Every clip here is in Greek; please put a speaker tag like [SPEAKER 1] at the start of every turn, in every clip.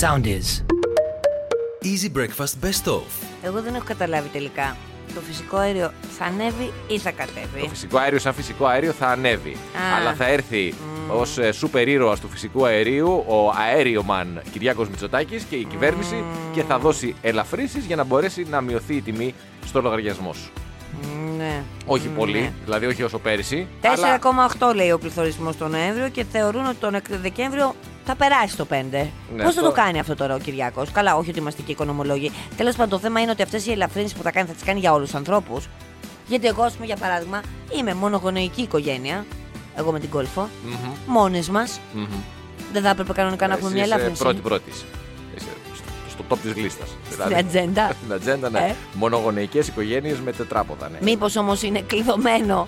[SPEAKER 1] Sound is.
[SPEAKER 2] Easy Breakfast Best Of.
[SPEAKER 3] Εγώ δεν έχω καταλάβει τελικά. Το φυσικό αέριο θα ανέβει ή θα
[SPEAKER 4] Το
[SPEAKER 3] κατέβει.
[SPEAKER 4] φυσικό αέριο, σαν φυσικό αέριο, θα ανέβει.
[SPEAKER 3] Α.
[SPEAKER 4] Αλλά θα έρθει ως ω σούπερ ήρωας του φυσικού αερίου ο αέριομαν Κυριάκος Μητσοτάκης και η κυβέρνηση και θα δώσει ελαφρύσει για να μπορέσει να μειωθεί η τιμή στο λογαριασμό σου.
[SPEAKER 3] Ναι.
[SPEAKER 4] Όχι
[SPEAKER 3] Ναι.
[SPEAKER 4] πολύ, δηλαδή όχι όσο πέρυσι. αλλά
[SPEAKER 3] 4,8 λέει ο πληθωρισμός τον Νοέμβριο και θεωρούν ότι τον Εκ- Δεκέμβριο θα περάσει το 5. Πώς θα
[SPEAKER 4] αυτό-
[SPEAKER 3] το κάνει αυτό τώρα ο Κυριακό. Καλά, όχι ότι είμαστε και οικονομολόγοι. Τέλος πάντων, το θέμα είναι ότι αυτές οι ελαφρύνσεις που θα κάνει θα τις κάνει για όλους τους ανθρώπους. Γιατί εγώ, ας πούμε, για παράδειγμα, είμαι μονογονεϊκή οικογένεια. Εγώ με την κόλφο.
[SPEAKER 4] Μμμ,
[SPEAKER 3] Μόνες μας.
[SPEAKER 4] μμμ.
[SPEAKER 3] Δεν θα έπρεπε κανονικά να
[SPEAKER 4] Εσύ
[SPEAKER 3] έχουμε μια
[SPEAKER 4] είσαι
[SPEAKER 3] ελαφρύνση.
[SPEAKER 4] Πρώτη-πρώτη. είσαι. Είσαι στο- στο top της λίστας.
[SPEAKER 3] Στην ατζέντα.
[SPEAKER 4] Στην ατζέντα, ναι.
[SPEAKER 3] Ε.
[SPEAKER 4] Μονογονεϊκές οικογένειες με τετράποδα, ναι.
[SPEAKER 3] Μήπως όμως είναι κλειδωμένο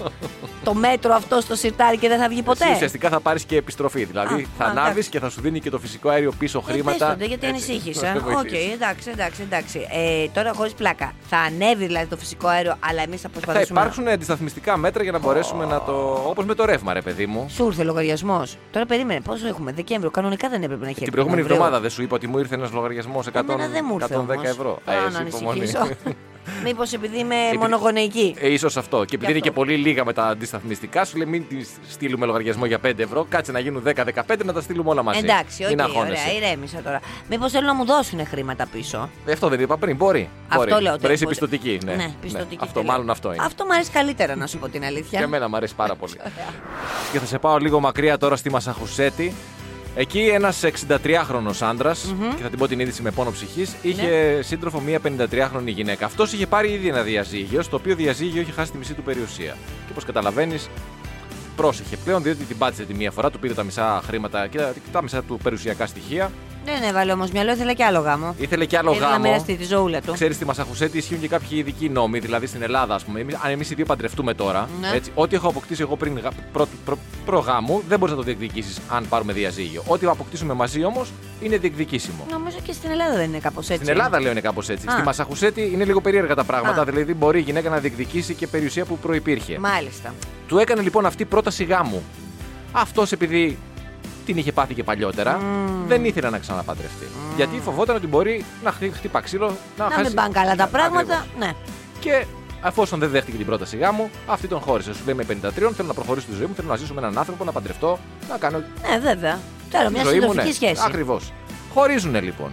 [SPEAKER 3] το μέτρο αυτό στο σιρτάρι και δεν θα βγει ποτέ.
[SPEAKER 4] Εσύ ουσιαστικά θα πάρεις και επιστροφή. Δηλαδή
[SPEAKER 3] Α,
[SPEAKER 4] θα
[SPEAKER 3] α,
[SPEAKER 4] ανάβει
[SPEAKER 3] εντάξει.
[SPEAKER 4] και θα σου δίνει και το φυσικό αέριο πίσω
[SPEAKER 3] Ε,
[SPEAKER 4] χρήματα.
[SPEAKER 3] δέστονται, γιατί
[SPEAKER 4] Έτσι.
[SPEAKER 3] ανησύχησα.
[SPEAKER 4] Δεν
[SPEAKER 3] Οκ,
[SPEAKER 4] βοηθείς.
[SPEAKER 3] εντάξει, εντάξει, εντάξει. Ε, τώρα χωρίς πλάκα. Θα ανέβει δηλαδή το φυσικό αέριο, αλλά εμείς θα
[SPEAKER 4] Ε, Θα
[SPEAKER 3] προσπαθήσουμε. να-
[SPEAKER 4] υπάρξουν αντισταθμιστικά μέτρα για να μπορέσουμε να το. Όπως με το ρεύμα, ρε παιδί μου.
[SPEAKER 3] Σου ήρθε λογαριασμός. Τώρα περίμενε, πόσο έχουμε. Δεκέμβριο, κανονικά δεν έπρεπε να έχει.
[SPEAKER 4] Ε, Την
[SPEAKER 3] έρθει
[SPEAKER 4] προηγούμενη
[SPEAKER 3] Νοεμβρίου.
[SPEAKER 4] εβδομάδα δεν σου είπα ότι μου ήρθε ένας λογαριασμός 110
[SPEAKER 3] Εμένα δεν μου ήρθε όμως.
[SPEAKER 4] ευρώ. Ε,
[SPEAKER 3] Τώρα να ανησυχήσω. Μήπως επειδή είμαι μονογονεϊκή.
[SPEAKER 4] σω Ε, αυτό. Και επειδή είναι
[SPEAKER 3] αυτό.
[SPEAKER 4] και πολύ λίγα με τα αντισταθμιστικά, σου λέει μην τη στείλουμε λογαριασμό για 5 ευρώ. Κάτσε να γίνουν 10-15 να τα στείλουμε όλα μαζί.
[SPEAKER 3] Εντάξει,
[SPEAKER 4] Μην
[SPEAKER 3] όχι,
[SPEAKER 4] αγχώνεσαι.
[SPEAKER 3] ωραία, ηρέμησα τώρα. Μήπως θέλουν να μου δώσουν χρήματα πίσω.
[SPEAKER 4] Ε, Αυτό δεν είπα πριν. Μπορεί.
[SPEAKER 3] Αυτό
[SPEAKER 4] μπορεί.
[SPEAKER 3] λέω.
[SPEAKER 4] Πρέπει
[SPEAKER 3] ότι-
[SPEAKER 4] πιστοτική. Ναι,
[SPEAKER 3] ναι, πιστοτική
[SPEAKER 4] Αυτό,
[SPEAKER 3] τελεία.
[SPEAKER 4] μάλλον αυτό είναι.
[SPEAKER 3] Αυτό μου αρέσει καλύτερα, να σου πω την αλήθεια.
[SPEAKER 4] Και εμένα μου αρέσει πάρα πολύ. και θα σε πάω λίγο μακριά τώρα στη Μασαχουσέτη. Εκεί ένας 63χρονο άντρα, και θα την πω την είδηση με πόνο ψυχής, είχε σύντροφο μία 53χρονη γυναίκα. Αυτός είχε πάρει ήδη ένα διαζύγιο, στο οποίο διαζύγιο είχε χάσει τη μισή του περιουσία. Και όπως καταλαβαίνεις, πρόσεχε πλέον, διότι την πάτησε τη μία φορά, του πήρε τα μισά χρήματα και τα- τα μισά του περιουσιακά στοιχεία.
[SPEAKER 3] Δεν έβαλε όμω ναι, μυαλό, ήθελα και άλλο γάμο.
[SPEAKER 4] Ήθελε και άλλο
[SPEAKER 3] Ήθελε να
[SPEAKER 4] γάμο.
[SPEAKER 3] μοιραστεί τη ζωούλα του.
[SPEAKER 4] Ξέρεις, στη Μασαχουσέτη ισχύουν και κάποιοι ειδικοί νόμοι. Δηλαδή στην Ελλάδα, ας πούμε, εμείς- αν εμείς οι δύο παντρευτούμε τώρα,
[SPEAKER 3] Ναι.
[SPEAKER 4] έτσι, ό,τι έχω αποκτήσει εγώ πριν γα- προ, προ, προγάμου, δεν μπορείς να το διεκδικήσεις αν πάρουμε διαζύγιο. Ό,τι αποκτήσουμε μαζί όμως είναι διεκδικήσιμο.
[SPEAKER 3] Νομίζω και στην Ελλάδα δεν είναι κάπως έτσι.
[SPEAKER 4] Στην Ελλάδα λέω είναι κάπως έτσι.
[SPEAKER 3] Α.
[SPEAKER 4] Στη Μασαχουσέτη είναι λίγο περίεργα τα πράγματα.
[SPEAKER 3] Α.
[SPEAKER 4] Δηλαδή μπορεί η γυναίκα να διεκδικήσει και περιουσία που προπήρχε.
[SPEAKER 3] Μάλιστα.
[SPEAKER 4] Του έκανε λοιπόν αυτή πρόταση γάμου. Αυτός επειδή την είχε πάθει και παλιότερα, δεν ήθελε να ξαναπαντρευτεί. Γιατί φοβόταν ότι μπορεί να χτυ- χτύπα ξύλο, να,
[SPEAKER 3] Να
[SPEAKER 4] χάσει.
[SPEAKER 3] μην πάνε καλά τα
[SPEAKER 4] Ναι, ακριβώς.
[SPEAKER 3] πράγματα. Ναι.
[SPEAKER 4] Και εφόσον δεν δέχτηκε την πρόταση γάμου, αυτή τον χώρισε. Σου λέει με 53, θέλω να προχωρήσω τη ζωή μου, θέλω να ζήσω με έναν άνθρωπο, να παντρευτώ, να κάνω
[SPEAKER 3] ναι, βέβαια. Τώρα, μια
[SPEAKER 4] τη ζωή μου. ναι.
[SPEAKER 3] συντροφική σχέση.
[SPEAKER 4] Ακριβώς. Χωρίζουν λοιπόν.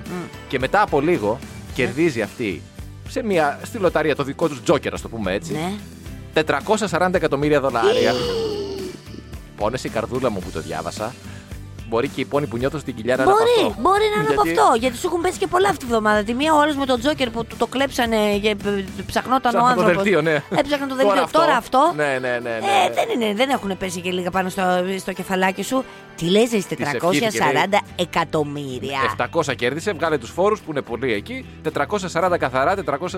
[SPEAKER 4] Και μετά από λίγο
[SPEAKER 3] Ναι.
[SPEAKER 4] κερδίζει αυτή σε μια, στη λοταρία το δικό τους τζόκερ, ας το πούμε έτσι,
[SPEAKER 3] Ναι.
[SPEAKER 4] 440 εκατομμύρια δολάρια. Πόνεσε η καρδούλα μου που το διάβασα. Μπορεί και η πόνη που νιώθω στην κοιλιά να είναι από
[SPEAKER 3] Μπορεί,
[SPEAKER 4] αυτό.
[SPEAKER 3] μπορεί να είναι από
[SPEAKER 4] Γιατί-
[SPEAKER 3] αυτό. Γιατί σου έχουν πέσει και πολλά αυτή τη βδομάδα. Τη μία ο άλλο με τον Τζόκερ που του το κλέψανε και ε, ψαχνόταν ο
[SPEAKER 4] Ψάχνω το
[SPEAKER 3] άνθρωπος.
[SPEAKER 4] δελτίο, ναι.
[SPEAKER 3] Έψαχνε το δελτίο. Τώρα αυτό.
[SPEAKER 4] Ναι, ναι, ναι. ναι.
[SPEAKER 3] Ε, δεν, είναι, δεν έχουν πέσει και λίγα πάνω στο, στο κεφαλάκι σου. Τι λες, εσύ, 440
[SPEAKER 4] ευχήθηκε,
[SPEAKER 3] εκατομμύρια.
[SPEAKER 4] 700 κέρδισε, βγάλε τους φόρους που είναι πολύ εκεί. 440 καθαρά,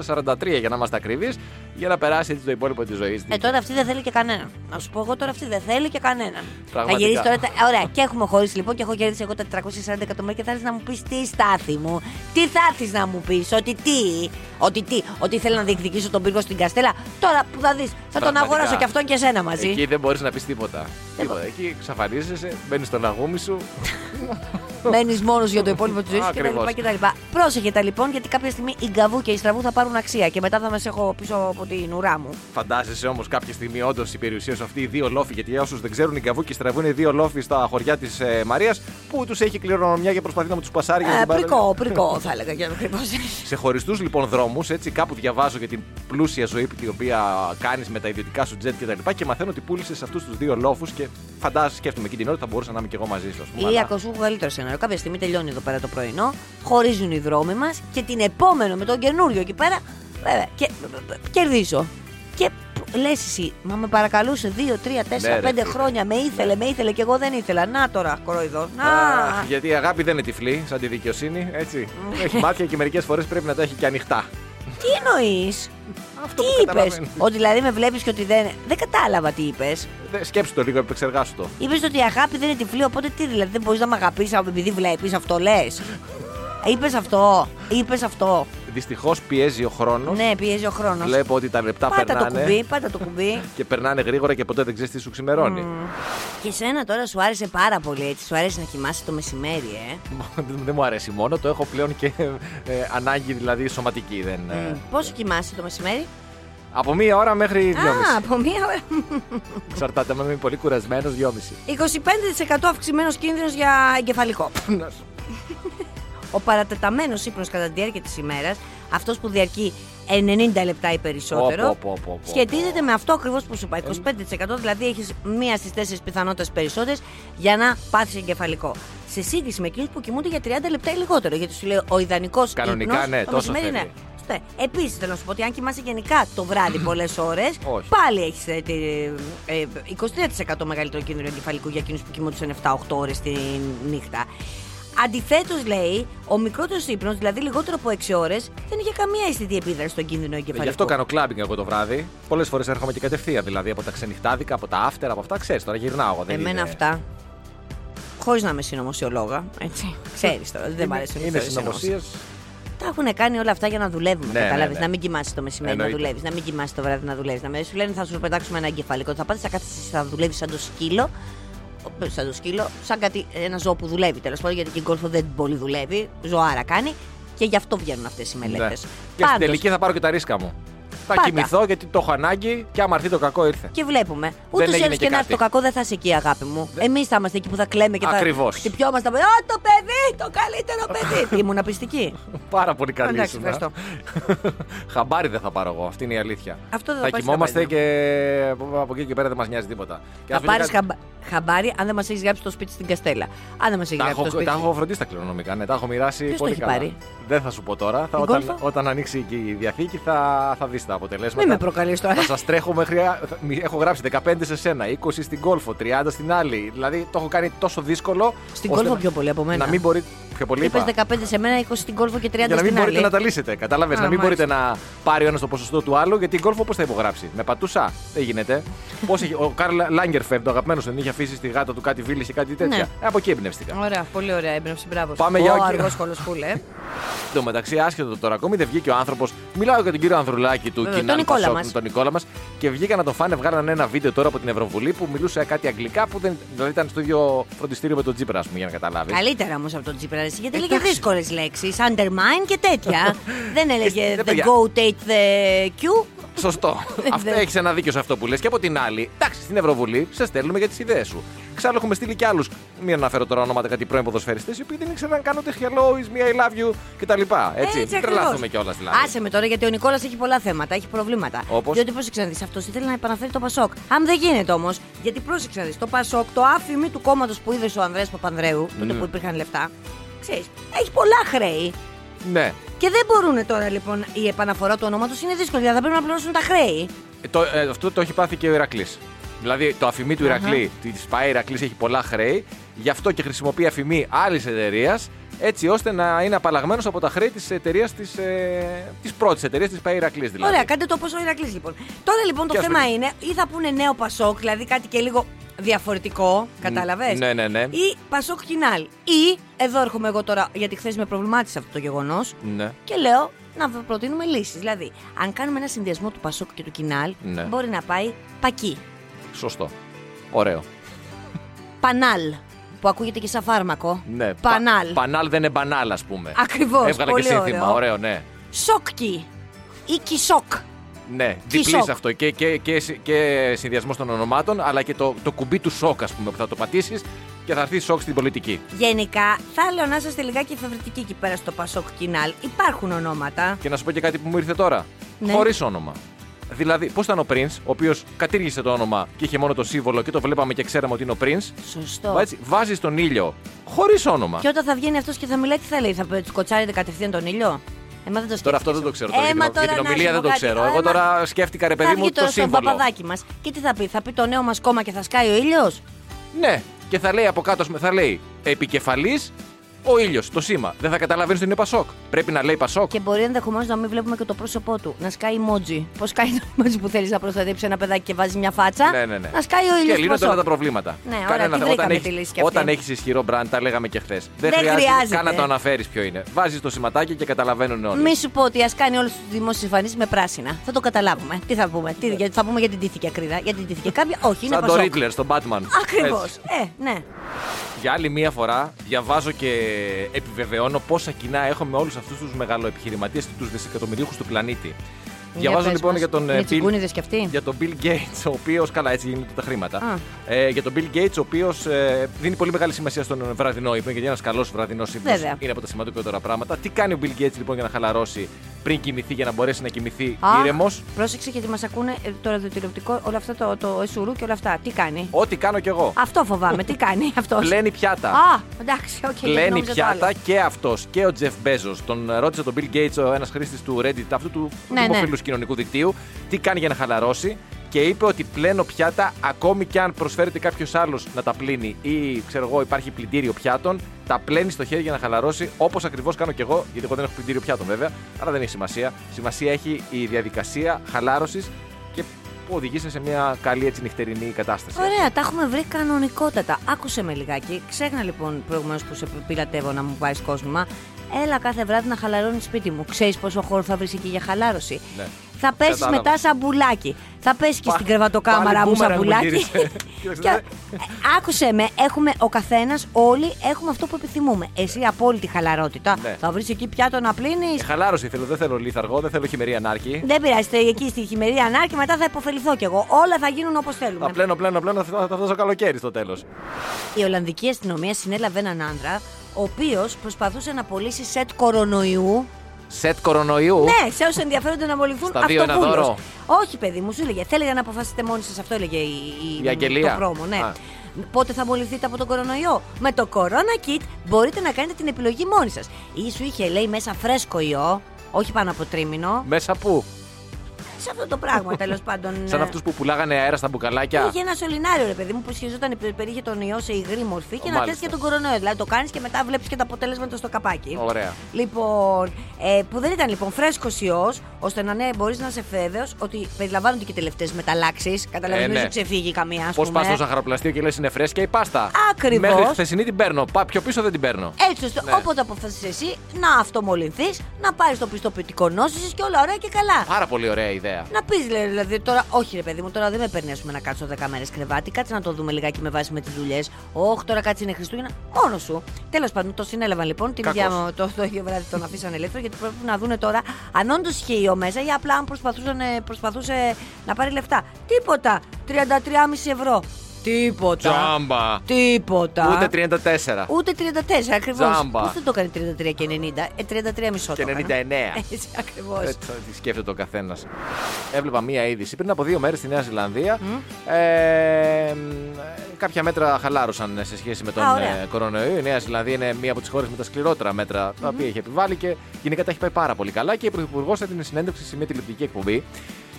[SPEAKER 4] 443 για να είμαστε ακριβεί, για να περάσει έτσι το υπόλοιπο της ζωής.
[SPEAKER 3] Ε, τώρα αυτή δεν θέλει και κανέναν. Να σου πω εγώ τώρα αυτή δεν θέλει και κανέναν.
[SPEAKER 4] Πραγματικά.
[SPEAKER 3] Θα γυρίσεις τώρα. τα- Ωραία, και έχουμε χωρίσει λοιπόν και έχω κερδίσει εγώ τα 440 εκατομμύρια και θα έρθεις να μου πεις τι στάθη μου. Τι θα έρθεις να μου πεις, ότι τι. Ότι τι, ότι θέλω να διεκδικήσω τον πύργο στην Καστέλα. Τώρα που θα δεις, θα τον
[SPEAKER 4] Πραγματικά.
[SPEAKER 3] αγοράσω και αυτόν και εσένα μαζί.
[SPEAKER 4] Εκεί δεν μπορείς να πεις τίποτα. τίποτα. Εκεί εξαφανίζεσαι, μπαίνεις στον αγούμι σου.
[SPEAKER 3] Μένεις μόνος για το υπόλοιπο της ζωής σου
[SPEAKER 4] Ακριβώς.
[SPEAKER 3] κτλ. Πρόσεχε τα λοιπόν, γιατί κάποια στιγμή η γκαβού και η στραβού θα πάρουν αξία και μετά θα μας έχω πίσω από την ουρά μου.
[SPEAKER 4] Φαντάζεσαι όμως κάποια στιγμή όντως η περιουσία σου αυτή, οι δύο λόφοι, γιατί για όσους δεν ξέρουν, η Καβού και η Στραβού είναι δύο λόφοι στα χωριά της ε, Μαρίας που τους έχει κληρονομιά και προσπαθεί να τους πασάρει. για να
[SPEAKER 3] Ε,
[SPEAKER 4] την πάρει.
[SPEAKER 3] πρικό, πρικό θα έλεγα για ακριβώς.
[SPEAKER 4] Σε χωριστούς λοιπόν δρόμους, έτσι κάπου διαβάζω για την πλούσια ζωή που- την οποία κάνεις με τα ιδιωτικά σου τζετ και τα λοιπά και μαθαίνω ότι πούλησες αυτούς τους δύο λόφους και φαντάζεσαι, σκέφτομαι εκείνη την ώρα ότι θα μπορούσα να είμαι και εγώ μαζί σου. ας πούμε, αλλά-
[SPEAKER 3] Ηλιακό σου καλύτερο σενάριο. Κάποια στιγμή τελειώνει εδώ πέρα το πρωινό, χωρίζουν οι δρόμοι μας και την επόμενο με τον καινούριο εκεί πέρα. Βέβαια, και, κερδίζω. Και λες εσύ, μα με παρακαλούσε 2, 3, 4, 5
[SPEAKER 4] Ναι, ρε, φίλε.
[SPEAKER 3] χρόνια, με ήθελε, με ήθελε και εγώ δεν ήθελα. Να τώρα, κοροϊδό. Να.
[SPEAKER 4] Αχ, γιατί η αγάπη δεν είναι τυφλή, σαν τη δικαιοσύνη, έτσι. έχει μάτια και μερικές φορές πρέπει να τα έχει και ανοιχτά.
[SPEAKER 3] Τι εννοείς.
[SPEAKER 4] Αυτό
[SPEAKER 3] Τι
[SPEAKER 4] που
[SPEAKER 3] είπες.
[SPEAKER 4] καταλαβαίνω.
[SPEAKER 3] Ότι δηλαδή με βλέπεις και ότι δεν. Δεν κατάλαβα τι είπες.
[SPEAKER 4] Δε- Σκέψου το λίγο, επεξεργάσου το.
[SPEAKER 3] Είπες ότι η αγάπη δεν είναι τυφλή, οπότε τι δηλαδή, δεν μπορείς να με αγαπήσει επειδή βλέπεις, αυτό λες. Είπες αυτό. Είπες αυτό.
[SPEAKER 4] Δυστυχώς πιέζει ο χρόνος.
[SPEAKER 3] Ναι, πιέζει ο χρόνος.
[SPEAKER 4] Βλέπω ότι τα λεπτά
[SPEAKER 3] Πάτα το
[SPEAKER 4] περνάνε.
[SPEAKER 3] κουμπί, πάτα το κουμπί.
[SPEAKER 4] Και περνάνε γρήγορα και ποτέ δεν ξέρεις τι σου ξημερώνει.
[SPEAKER 3] και σένα τώρα σου άρεσε πάρα πολύ, έτσι. Σου άρεσε να κοιμάσαι το μεσημέρι, ε.
[SPEAKER 4] δεν δεν μου αρέσει μόνο, το έχω πλέον και ε, ανάγκη δηλαδή σωματική. Δεν, ε.
[SPEAKER 3] Πόσο κοιμάσαι το μεσημέρι,
[SPEAKER 4] Από μία ώρα μέχρι δυόμιση.
[SPEAKER 3] Α, από μία ώρα.
[SPEAKER 4] Εξαρτάται, αν είμαι πολύ κουρασμένος, δυόμιση.
[SPEAKER 3] 25% αυξημένος κίνδυνος για εγκεφαλικό. Ο παρατεταμένος ύπνος κατά τη διάρκεια της ημέρας, αυτός που διαρκεί 90 λεπτά ή περισσότερο,
[SPEAKER 4] Πω, πω, πω, πω, πω.
[SPEAKER 3] σχετίζεται με αυτό ακριβώς που σου είπα. 25% δηλαδή έχεις μία στις 4 πιθανότητες περισσότερες για να πάθεις εγκεφαλικό. Σε σύγκριση με εκείνους που κοιμούνται για 30 λεπτά ή λιγότερο. Γιατί σου λέει ο ιδανικός
[SPEAKER 4] Κανονικά, ναι,
[SPEAKER 3] το
[SPEAKER 4] τόσο
[SPEAKER 3] μεσημέρι είναι.
[SPEAKER 4] θέλει.
[SPEAKER 3] Ναι. Επίσης, θέλω να σου πω ότι αν κοιμάσαι γενικά το βράδυ πολλές ώρες,
[SPEAKER 4] Όχι.
[SPEAKER 3] πάλι έχεις ε, ε, 23% μεγαλύτερο κίνδυνο εγκεφαλικού για εκείνους που κοιμούνται 7-8 ώρες τη νύχτα. Αντιθέτως, λέει, ο μικρότερος ύπνος, δηλαδή λιγότερο από 6 ώρες, δεν είχε καμία αισθητή επίδραση στον κίνδυνο εγκεφαλικού.
[SPEAKER 4] Γι' αυτό κάνω κλάμπινγκ εγώ το βράδυ. Πολλές φορές έρχομαι και κατευθείαν δηλαδή από τα ξενυχτάδικα, από τα after, από αυτά. Ξέρεις τώρα, γυρνάω εγώ. Δεν
[SPEAKER 3] Εμένα
[SPEAKER 4] είναι...
[SPEAKER 3] αυτά. Χωρίς να είμαι συνωμοσιολόγα, έτσι. Ξέρεις τώρα, δεν μ' αρέσουν οι
[SPEAKER 4] Είναι
[SPEAKER 3] θεωρίες
[SPEAKER 4] συνωμοσίες.
[SPEAKER 3] Τα έχουν κάνει όλα αυτά για να δουλεύουμε.
[SPEAKER 4] Ναι,
[SPEAKER 3] Ναι, Κατάλαβες.
[SPEAKER 4] ναι, ναι.
[SPEAKER 3] Να μην κοιμάσαι το μεσημέρι,
[SPEAKER 4] Εννοείται.
[SPEAKER 3] να δουλεύεις. Να μην κοιμάσαι το βράδυ, να δουλεύεις. Να μην σου λένε θα σου πετάξουμε ένα εγκεφαλικό. Θα πάτε, θα κάθεσαι, θα δουλεύεις σαν το σκύλο. Ε, Σαν το σκύλο, σαν κάτι, ένα ζώο που δουλεύει τέλος πάντων, γιατί και η γκολφο δεν πολύ δουλεύει. Ζωάρα κάνει. Και γι' αυτό βγαίνουν αυτές οι μελέτες.
[SPEAKER 4] Και Ναι. στην τελική θα πάρω και τα ρίσκα μου. Θα
[SPEAKER 3] Πάντα.
[SPEAKER 4] κοιμηθώ γιατί το έχω ανάγκη και άμα έρθει το κακό ήρθε.
[SPEAKER 3] Και βλέπουμε. Ούτως ή
[SPEAKER 4] έγινε
[SPEAKER 3] άλλως
[SPEAKER 4] και
[SPEAKER 3] και να έρθει
[SPEAKER 4] κάτι.
[SPEAKER 3] το κακό δεν θα είσαι εκεί, αγάπη μου. Εμείς θα είμαστε εκεί που θα κλαίμε και θα
[SPEAKER 4] Ακριβώς.
[SPEAKER 3] χτυπιόμαστε. Α, το παιδί, το καλύτερο παιδί. Ήμουν απιστική.
[SPEAKER 4] Πάρα πολύ καλή
[SPEAKER 3] Εντάξει,
[SPEAKER 4] ήσουν, α. Χαμπάρι δεν θα πάρω εγώ. Αυτή είναι η αλήθεια.
[SPEAKER 3] Αυτό δεν θα
[SPEAKER 4] θα
[SPEAKER 3] πάρεις
[SPEAKER 4] κοιμόμαστε
[SPEAKER 3] χαμπάρι,
[SPEAKER 4] και από από εκεί και πέρα δεν μας νοιάζει τίποτα. Και
[SPEAKER 3] Θα
[SPEAKER 4] ας πω και
[SPEAKER 3] πάρει
[SPEAKER 4] κάτι-
[SPEAKER 3] χαμπάρι αν δεν μας έχεις γράψει το σπίτι στην Καστέλα. Αν δεν μας έχεις
[SPEAKER 4] Τα
[SPEAKER 3] γράψει το
[SPEAKER 4] έχω,
[SPEAKER 3] σπίτι.
[SPEAKER 4] τα έχω φροντίσει τα κληρονομικά, ναι, τα έχω μοιράσει
[SPEAKER 3] Ποιος το
[SPEAKER 4] πολύ
[SPEAKER 3] έχει
[SPEAKER 4] καλά.
[SPEAKER 3] πάρει?
[SPEAKER 4] Δεν θα σου πω τώρα. Θα,
[SPEAKER 3] Την
[SPEAKER 4] όταν,
[SPEAKER 3] κόλφα?
[SPEAKER 4] όταν ανοίξει και η διαθήκη θα, θα δεις τα αποτελέσματα.
[SPEAKER 3] Μη με προκαλείς τώρα.
[SPEAKER 4] Θα σας τρέχω μέχρι. Έχω γράψει 15 σε σένα, 20 στην κόλφο, 30 στην άλλη. Δηλαδή το έχω κάνει τόσο δύσκολο.
[SPEAKER 3] Στην
[SPEAKER 4] ώστε
[SPEAKER 3] κόλφο
[SPEAKER 4] να-
[SPEAKER 3] πιο πολύ από μένα.
[SPEAKER 4] Να μην μπορεί. Πιο πολύ.
[SPEAKER 3] Είπες
[SPEAKER 4] είπα.
[SPEAKER 3] 15 σε μένα, 20 στην κόλφο και 30
[SPEAKER 4] για να μην
[SPEAKER 3] στην
[SPEAKER 4] μπορείτε
[SPEAKER 3] άλλη.
[SPEAKER 4] να τα λύσετε. Κατάλαβες.
[SPEAKER 3] Α,
[SPEAKER 4] Να μην μπορείτε
[SPEAKER 3] μάλιστα.
[SPEAKER 4] να πάρει ο ένας το ποσοστό του άλλου, γιατί η γκολφ πώς θα υπογράψει. Με πατούσα. Δεν γίνεται. Πώς είχε- ο Καρλ Λάγκερφερντ, ο αγαπημένος, δεν είχε αφήσει στη γάτα του κάτι βίλης ή κάτι τέτοια.
[SPEAKER 3] Ναι.
[SPEAKER 4] Ε, από εκεί εμπνεύστηκα.
[SPEAKER 3] Ωραία, πολύ ωραία έμπνευση, μπράβο. σου.
[SPEAKER 4] Πάμε για
[SPEAKER 3] Ω,
[SPEAKER 4] ο-
[SPEAKER 3] αργός σχολος φούλε. ε.
[SPEAKER 4] Εν τω μεταξύ, άσχετο τώρα, ακόμη δεν βγήκε ο άνθρωπος. Μιλάω για τον κύριο Ανδρουλάκη του
[SPEAKER 3] Βέβαια,
[SPEAKER 4] Κινάν
[SPEAKER 3] τον Νικόλα
[SPEAKER 4] Πασόκ,
[SPEAKER 3] μας.
[SPEAKER 4] τον Νικόλα μας. Και βγήκαν να τον φάνε, βγάλανε ένα βίντεο τώρα από την Ευρωβουλή που μιλούσε κάτι αγγλικά που δεν, δηλαδή ήταν στο ίδιο φροντιστήριο με τον Τζίπρα, ας πούμε, για να καταλάβεις.
[SPEAKER 3] Καλύτερα όμως από τον Τσίπρα, εσύ, γιατί έλεγε
[SPEAKER 4] Εντάξει.
[SPEAKER 3] δύσκολες λέξεις. Undermine και τέτοια. δεν έλεγε
[SPEAKER 4] Ε,
[SPEAKER 3] The
[SPEAKER 4] παιδιά.
[SPEAKER 3] go take the Q.
[SPEAKER 4] Σωστό. αυτό
[SPEAKER 3] Δεν-
[SPEAKER 4] έχεις ένα δίκιο σε αυτό που λες. Και από την άλλη, εντάξει, στην Ευρωβουλή σε στέλνουμε για τις ιδέες σου. Εξάλλου έχουμε στείλει και άλλους. Μην αναφέρω τώρα ονόματα κάτι πρώην ποδοσφαιριστές, οι οποίοι δεν ήξεραν καν ότι hello is me, I love you κτλ. Έτσι,
[SPEAKER 3] ακριβώς.
[SPEAKER 4] τρελάθουμε κιόλας δηλαδή.
[SPEAKER 3] Άσε με τώρα, γιατί ο Νικόλας έχει πολλά θέματα, έχει προβλήματα.
[SPEAKER 4] Όπως?
[SPEAKER 3] Διότι πρόσεξε να δει, αυτός ήθελε να επαναφέρει το Πασόκ. Αν δεν γίνεται όμως, γιατί πρόσεξε να δεις, το Πασόκ, το άφημη του κόμματος που είδες ο Ανδρέας Παπανδρέου, τότε
[SPEAKER 4] Ναι.
[SPEAKER 3] που υπήρχαν λεφτά, ξέρεις, έχει πολλά χρέη.
[SPEAKER 4] Ναι.
[SPEAKER 3] Και δεν μπορούν τώρα λοιπόν η επαναφορά του ονόματος είναι δύσκολη, δηλαδή θα πρέπει να πληρώσουν τα χρέη.
[SPEAKER 4] Ε, Το, ε, αυτό το έχει πάθει και ο Ηρακλής. Δηλαδή το αφημί του Ηρακλή, τη ΣΠΑΕ Ηρακλής έχει πολλά χρέη, γι' αυτό και χρησιμοποιεί αφημί άλλης εταιρείας, έτσι ώστε να είναι απαλλαγμένος από τα χρέη της εταιρείας της ε, της πρώτης εταιρείας της ΣΠΑΕ Ηρακλής. Δηλαδή.
[SPEAKER 3] Ωραία, κάντε το όπω ο Ηρακλής λοιπόν. Τώρα λοιπόν το
[SPEAKER 4] Και ας
[SPEAKER 3] θέμα
[SPEAKER 4] μην-
[SPEAKER 3] είναι, ή θα πούνε νέο Πασόκ, δηλαδή κάτι και λίγο διαφορετικό, κατάλαβες.
[SPEAKER 4] ναι, ναι, ναι.
[SPEAKER 3] Ή Πασόκ Κινάλ. Ή, εδώ έρχομαι εγώ τώρα, γιατί χθες με προβλημάτισε αυτό το γεγονός.
[SPEAKER 4] Ναι.
[SPEAKER 3] Και λέω να προτείνουμε λύσεις. Δηλαδή, αν κάνουμε ένα συνδυασμό του Πασόκ και του Κινάλ,
[SPEAKER 4] Ναι.
[SPEAKER 3] μπορεί να πάει πακί.
[SPEAKER 4] Σωστό. Ωραίο.
[SPEAKER 3] Πανάλ. Που ακούγεται και σαν φάρμακο.
[SPEAKER 4] Ναι. πα-
[SPEAKER 3] Πανάλ.
[SPEAKER 4] Πανάλ δεν είναι μπανάλ, ας πούμε.
[SPEAKER 3] Ακριβώς,
[SPEAKER 4] Έβγαλε
[SPEAKER 3] πολύ
[SPEAKER 4] και σύνθημα.
[SPEAKER 3] ωραίο.
[SPEAKER 4] Ωραίο, ναι.
[SPEAKER 3] Σόκκι. Ή κισόκ.
[SPEAKER 4] Ναι,
[SPEAKER 3] Τι
[SPEAKER 4] διπλή
[SPEAKER 3] σοκ.
[SPEAKER 4] αυτό. Και, και, και, συ- και συνδυασμός των ονομάτων, αλλά και το, το κουμπί του σοκ, ας πούμε, που θα το πατήσεις και θα έρθει σοκ στην πολιτική.
[SPEAKER 3] Γενικά, θα λέω να είστε λιγάκι εφευρετικοί εκεί πέρα στο Πασόκ Κινάλ. Υπάρχουν ονόματα.
[SPEAKER 4] Και να σου πω και κάτι που μου ήρθε τώρα.
[SPEAKER 3] Ναι.
[SPEAKER 4] Χωρίς όνομα. Δηλαδή, πώς ήταν ο Prince, ο οποίος κατήργησε το όνομα και είχε μόνο το σύμβολο και το βλέπαμε και ξέραμε ότι είναι ο Prince.
[SPEAKER 3] Σωστό.
[SPEAKER 4] Έτσι, βάζεις τον ήλιο χωρίς όνομα.
[SPEAKER 3] Και όταν θα βγαίνει αυτός και θα μιλάει, τι θα λέει, θα του κοτσάρετε κατευθείαν τον ήλιο. Εμά δεν το
[SPEAKER 4] Τώρα
[SPEAKER 3] σκέφτηκα.
[SPEAKER 4] αυτό δεν το ξέρω. Τώρα,
[SPEAKER 3] Έμα
[SPEAKER 4] για, την, για
[SPEAKER 3] τώρα
[SPEAKER 4] την
[SPEAKER 3] να
[SPEAKER 4] ομιλία
[SPEAKER 3] σου
[SPEAKER 4] δεν
[SPEAKER 3] πω
[SPEAKER 4] το
[SPEAKER 3] κάτι.
[SPEAKER 4] ξέρω.
[SPEAKER 3] Έμα-
[SPEAKER 4] Εγώ τώρα σκέφτηκα, ρε παιδί
[SPEAKER 3] θα
[SPEAKER 4] μου,
[SPEAKER 3] βγει
[SPEAKER 4] το
[SPEAKER 3] τώρα στον
[SPEAKER 4] σύμβολο.
[SPEAKER 3] παπαδάκι μας. Και τι θα πει, θα πει το νέο μας κόμμα και θα σκάει ο ήλιος.
[SPEAKER 4] Ναι, και θα λέει από κάτω, ας πούμε, θα λέει επικεφαλής Ο ήλιος, το σήμα. Δεν θα καταλαβαίνεις ότι είναι Πασόκ. Πρέπει να λέει Πασόκ.
[SPEAKER 3] Και μπορεί ενδεχομένως να μην βλέπουμε και το πρόσωπό του. Να σκάει emoji. Πώς σκάει το emoji που θέλεις να προστατέψει ένα παιδάκι και βάζει μια φάτσα.
[SPEAKER 4] Ναι, ναι, ναι.
[SPEAKER 3] Να σκάει ο ήλιο.
[SPEAKER 4] Και λύνονται όλα τα προβλήματα.
[SPEAKER 3] Ναι, ωραία,
[SPEAKER 4] Κάνε
[SPEAKER 3] τη βρήκαμε
[SPEAKER 4] όταν
[SPEAKER 3] τη
[SPEAKER 4] έχεις-
[SPEAKER 3] λύση και αυτή.
[SPEAKER 4] Όταν έχεις ισχυρό brand, τα λέγαμε και χθες.
[SPEAKER 3] Δεν χρειάζεται.
[SPEAKER 4] Καν να το αναφέρεις ποιο είναι. Βάζεις το σηματάκι και καταλαβαίνουν όλοι.
[SPEAKER 3] Μη σου πω ότι ας κάνει όλου του δημόσιου εμφανίσεις με πράσινα. Θα το καταλάβουμε. Τι θα πούμε, τι, γιατί- θα πούμε γιατί τύθηκε ακρίδα. Γιατί τύθηκε κάποια. Όχι, είναι
[SPEAKER 4] Ναι. Σαν το
[SPEAKER 3] πασόκ.
[SPEAKER 4] Ρίτλερ στον Batman.
[SPEAKER 3] Ακριβώς.
[SPEAKER 4] Έτσι.
[SPEAKER 3] Ε, ναι.
[SPEAKER 4] Για άλλη μία φορά διαβάζω και επιβεβαιώνω πόσα κοινά έχω με όλους αυτούς τους μεγαλοεπιχειρηματίες και τους δισεκατομμυρίχου του πλανήτη. Διαβάζω
[SPEAKER 3] πες
[SPEAKER 4] λοιπόν
[SPEAKER 3] μας.
[SPEAKER 4] για τον,
[SPEAKER 3] Είναι
[SPEAKER 4] ε, Bill,
[SPEAKER 3] τσιγκούνιδες κι αυτοί.
[SPEAKER 4] για τον Bill Gates, ο οποίος. Καλά, έτσι γίνεται τα
[SPEAKER 3] Α.
[SPEAKER 4] χρήματα. Ε, για τον Bill Gates, ο οποίος ε, δίνει πολύ μεγάλη σημασία στον βραδινό ύπνο, γιατί ένας καλός βραδινός ύπνος
[SPEAKER 3] Βέβαια.
[SPEAKER 4] είναι από τα σημαντικότερα πράγματα. Τι κάνει ο Bill Gates λοιπόν για να χαλαρώσει πριν κοιμηθεί, για να μπορέσει να κοιμηθεί
[SPEAKER 3] Αχ,
[SPEAKER 4] ήρεμος.
[SPEAKER 3] Πρόσεξε γιατί μας ακούνε ε, το ραδιοτηλεοπτικό, όλο αυτό το, το εσουρού και όλα αυτά. Τι κάνει.
[SPEAKER 4] Ό,τι κάνω κι εγώ.
[SPEAKER 3] Αυτό φοβάμαι, τι κάνει αυτός.
[SPEAKER 4] Πλένει πιάτα.
[SPEAKER 3] Α, εντάξει, οκ.
[SPEAKER 4] Πλένει
[SPEAKER 3] νόμιζα το άλλο.
[SPEAKER 4] πιάτα και αυτός και ο Τζεφ Μπέζος. Τον ρώτησε τον Bill Gates, ένας χρήστης του Reddit, αυτού του
[SPEAKER 3] Ναι, ναι.
[SPEAKER 4] δημοφιλού κοινωνικού δικτύου, τι κάνει για να χαλαρώσει. Και είπε ότι πλένω πιάτα ακόμη και αν προσφέρεται κάποιος άλλος να τα πλύνει ή ξέρω εγώ, υπάρχει πλυντήριο πιάτων. Τα πλένει στο χέρι για να χαλαρώσει όπως ακριβώς κάνω και εγώ, γιατί εγώ δεν έχω πλυντήριο πιάτων βέβαια, αλλά δεν έχει σημασία. Σημασία έχει η διαδικασία χαλάρωσης και που οδηγεί σε μια καλή έτσι νυχτερινή κατάσταση.
[SPEAKER 3] Ωραία, τα έχουμε βρει κανονικότατα. Άκουσε με λιγάκι. Ξέχνα λοιπόν προηγουμένως που σε πειρατεύω να μου πάρει κόσμημα. Έλα κάθε βράδυ να χαλαρώνεις σπίτι μου. Ξέρεις πόσο χώρο θα βρεις εκεί για χαλάρωση.
[SPEAKER 4] Ναι.
[SPEAKER 3] Θα πέσεις
[SPEAKER 4] Κατάλαβα.
[SPEAKER 3] μετά σαν μπουλάκι. Θα πέσεις και
[SPEAKER 4] Πα-
[SPEAKER 3] στην κρεβατοκάμαρα
[SPEAKER 4] πάλι
[SPEAKER 3] μου σαν
[SPEAKER 4] boomerang μου
[SPEAKER 3] μπουλάκι.
[SPEAKER 4] γύρισε.
[SPEAKER 3] Και-
[SPEAKER 4] Κοίταξε,
[SPEAKER 3] Ε, Άκουσε με, έχουμε ο καθένας, όλοι έχουμε αυτό που επιθυμούμε. Εσύ απόλυτη χαλαρότητα.
[SPEAKER 4] Ναι.
[SPEAKER 3] Θα βρεις εκεί πιάτο να πλύνεις.
[SPEAKER 4] Ε, Χαλάρωση θέλω, δεν θέλω λίθαργο, δεν θέλω χειμερή ανάρκη.
[SPEAKER 3] Δεν πειράζει, τε- εκεί στη χειμερή ανάρκη μετά θα υποφεληθώ κι εγώ. Όλα θα γίνουν όπως θέλουμε.
[SPEAKER 4] Θα πλένω, πλένω, πλένω, θα, θα φτάσω καλοκαίρι στο τέλος.
[SPEAKER 3] Η Ολλανδική αστυνομία συνέλαβε έναν άνδρα, ο οποίος προσπαθούσε να πωλήσει σετ κορονοϊού.
[SPEAKER 4] Σετ κορονοϊού.
[SPEAKER 3] Ναι, σε όσους ενδιαφέρονται να μολυνθούν
[SPEAKER 4] Στα δύο ένα
[SPEAKER 3] αυτοβούλος.
[SPEAKER 4] δώρο.
[SPEAKER 3] Όχι, παιδί μου, σου έλεγε. Θέλετε να αποφασίσετε μόνοι σας, αυτό έλεγε η,
[SPEAKER 4] Η Αγγελία.
[SPEAKER 3] το πρόμο, ναι.
[SPEAKER 4] Α.
[SPEAKER 3] Πότε θα μολυνθείτε από τον κορονοϊό. Με το Corona Kit μπορείτε να κάνετε την επιλογή μόνοι σας. Ή σου είχε, λέει, μέσα φρέσκο ιό, όχι πάνω από τρίμηνο.
[SPEAKER 4] Μέσα πού.
[SPEAKER 3] Σε αυτό το πράγμα, τέλος πάντων.
[SPEAKER 4] Σαν
[SPEAKER 3] ε,
[SPEAKER 4] αυτούς που πουλάγανε αέρα στα μπουκαλάκια.
[SPEAKER 3] Είχε ένα σωληνάριο, ρε παιδί μου, που σχεζόταν, πε- περίχε τον ιό σε υγρή μορφή και να
[SPEAKER 4] Μάλιστα.
[SPEAKER 3] θες και τον κορονοϊό. Δηλαδή το κάνεις και μετά βλέπεις και τα αποτέλεσματα στο καπάκι.
[SPEAKER 4] Ωραία.
[SPEAKER 3] Λοιπόν, ε, που δεν ήταν λοιπόν φρέσκος ιός, ώστε να ναι, μπορείς να είσαι φβέβαιο ότι περιλαμβάνονται και τελευταίες μεταλλάξεις. Καταλαβαίνεις,
[SPEAKER 4] Ε,
[SPEAKER 3] δεν
[SPEAKER 4] ναι.
[SPEAKER 3] σου ξεφύγει καμία, ας
[SPEAKER 4] Πώς
[SPEAKER 3] πούμε.
[SPEAKER 4] πα στο ζαχαροπλαστείο και λες είναι φρέσκια η πάστα.
[SPEAKER 3] Ακριβώς. Ε.
[SPEAKER 4] Μέχρι τη χθεσινή την παίρνω. Πά, πιο πίσω δεν την παίρνω.
[SPEAKER 3] Έτσι ώστε
[SPEAKER 4] Ναι.
[SPEAKER 3] όποτε αποφασίσεις εσύ να αυτομολυνθείς, να πάρεις το πιστοποιητικό νόσησης και όλα ωραία και καλά.
[SPEAKER 4] Πάρα πολύ ωραία ιδέα.
[SPEAKER 3] Να πεις δηλαδή τώρα, όχι ρε παιδί μου, τώρα δεν με παίρνει ας πούμε, να κάτσω 10 μέρες κρεβάτι. Κάτσε να το δούμε λιγάκι με βάση με τις δουλειές. Όχι, τώρα κάτσε είναι Χριστούγεννα. Μόνος σου. Τέλος πάντων, το συνέλαβαν λοιπόν. Την
[SPEAKER 4] Κακός.
[SPEAKER 3] ίδια, το, το ίδιο βράδυ τον αφήσανε ελεύθερο γιατί πρέπει να δούνε τώρα αν όντως είχε ιό μέσα ή απλά αν προσπαθούσαν, ε, προσπαθούσε να πάρει λεφτά. Τίποτα. 33,5 ευρώ. Τίποτα.
[SPEAKER 4] Τζάμπα.
[SPEAKER 3] Τίποτα.
[SPEAKER 4] Ούτε 34.
[SPEAKER 3] Ναι. Ούτε 34, ακριβώς.
[SPEAKER 4] Τζάμπα.
[SPEAKER 3] Πώ δεν το έκανε 33 και 90. Ε, 33 μισό.
[SPEAKER 4] Και 99.
[SPEAKER 3] Έτσι ακριβώς.
[SPEAKER 4] Ε, θα τη σκέφτεται ο καθένας. Έβλεπα μία είδηση πριν από δύο μέρες στη Νέα Ζηλανδία. Ε, μ, κάποια μέτρα χαλάρωσαν σε σχέση με τον
[SPEAKER 3] Α, ωραία.
[SPEAKER 4] ε, κορονοϊό. Η Νέα Ζηλανδία είναι μία από τις χώρες με τα σκληρότερα μέτρα τα οποία έχει επιβάλει και γενικά τα έχει πάει πάρα πολύ καλά. Και η Πρωθυπουργός έδινε συνέντευξη σε μία τηλεοπτική εκπομπή.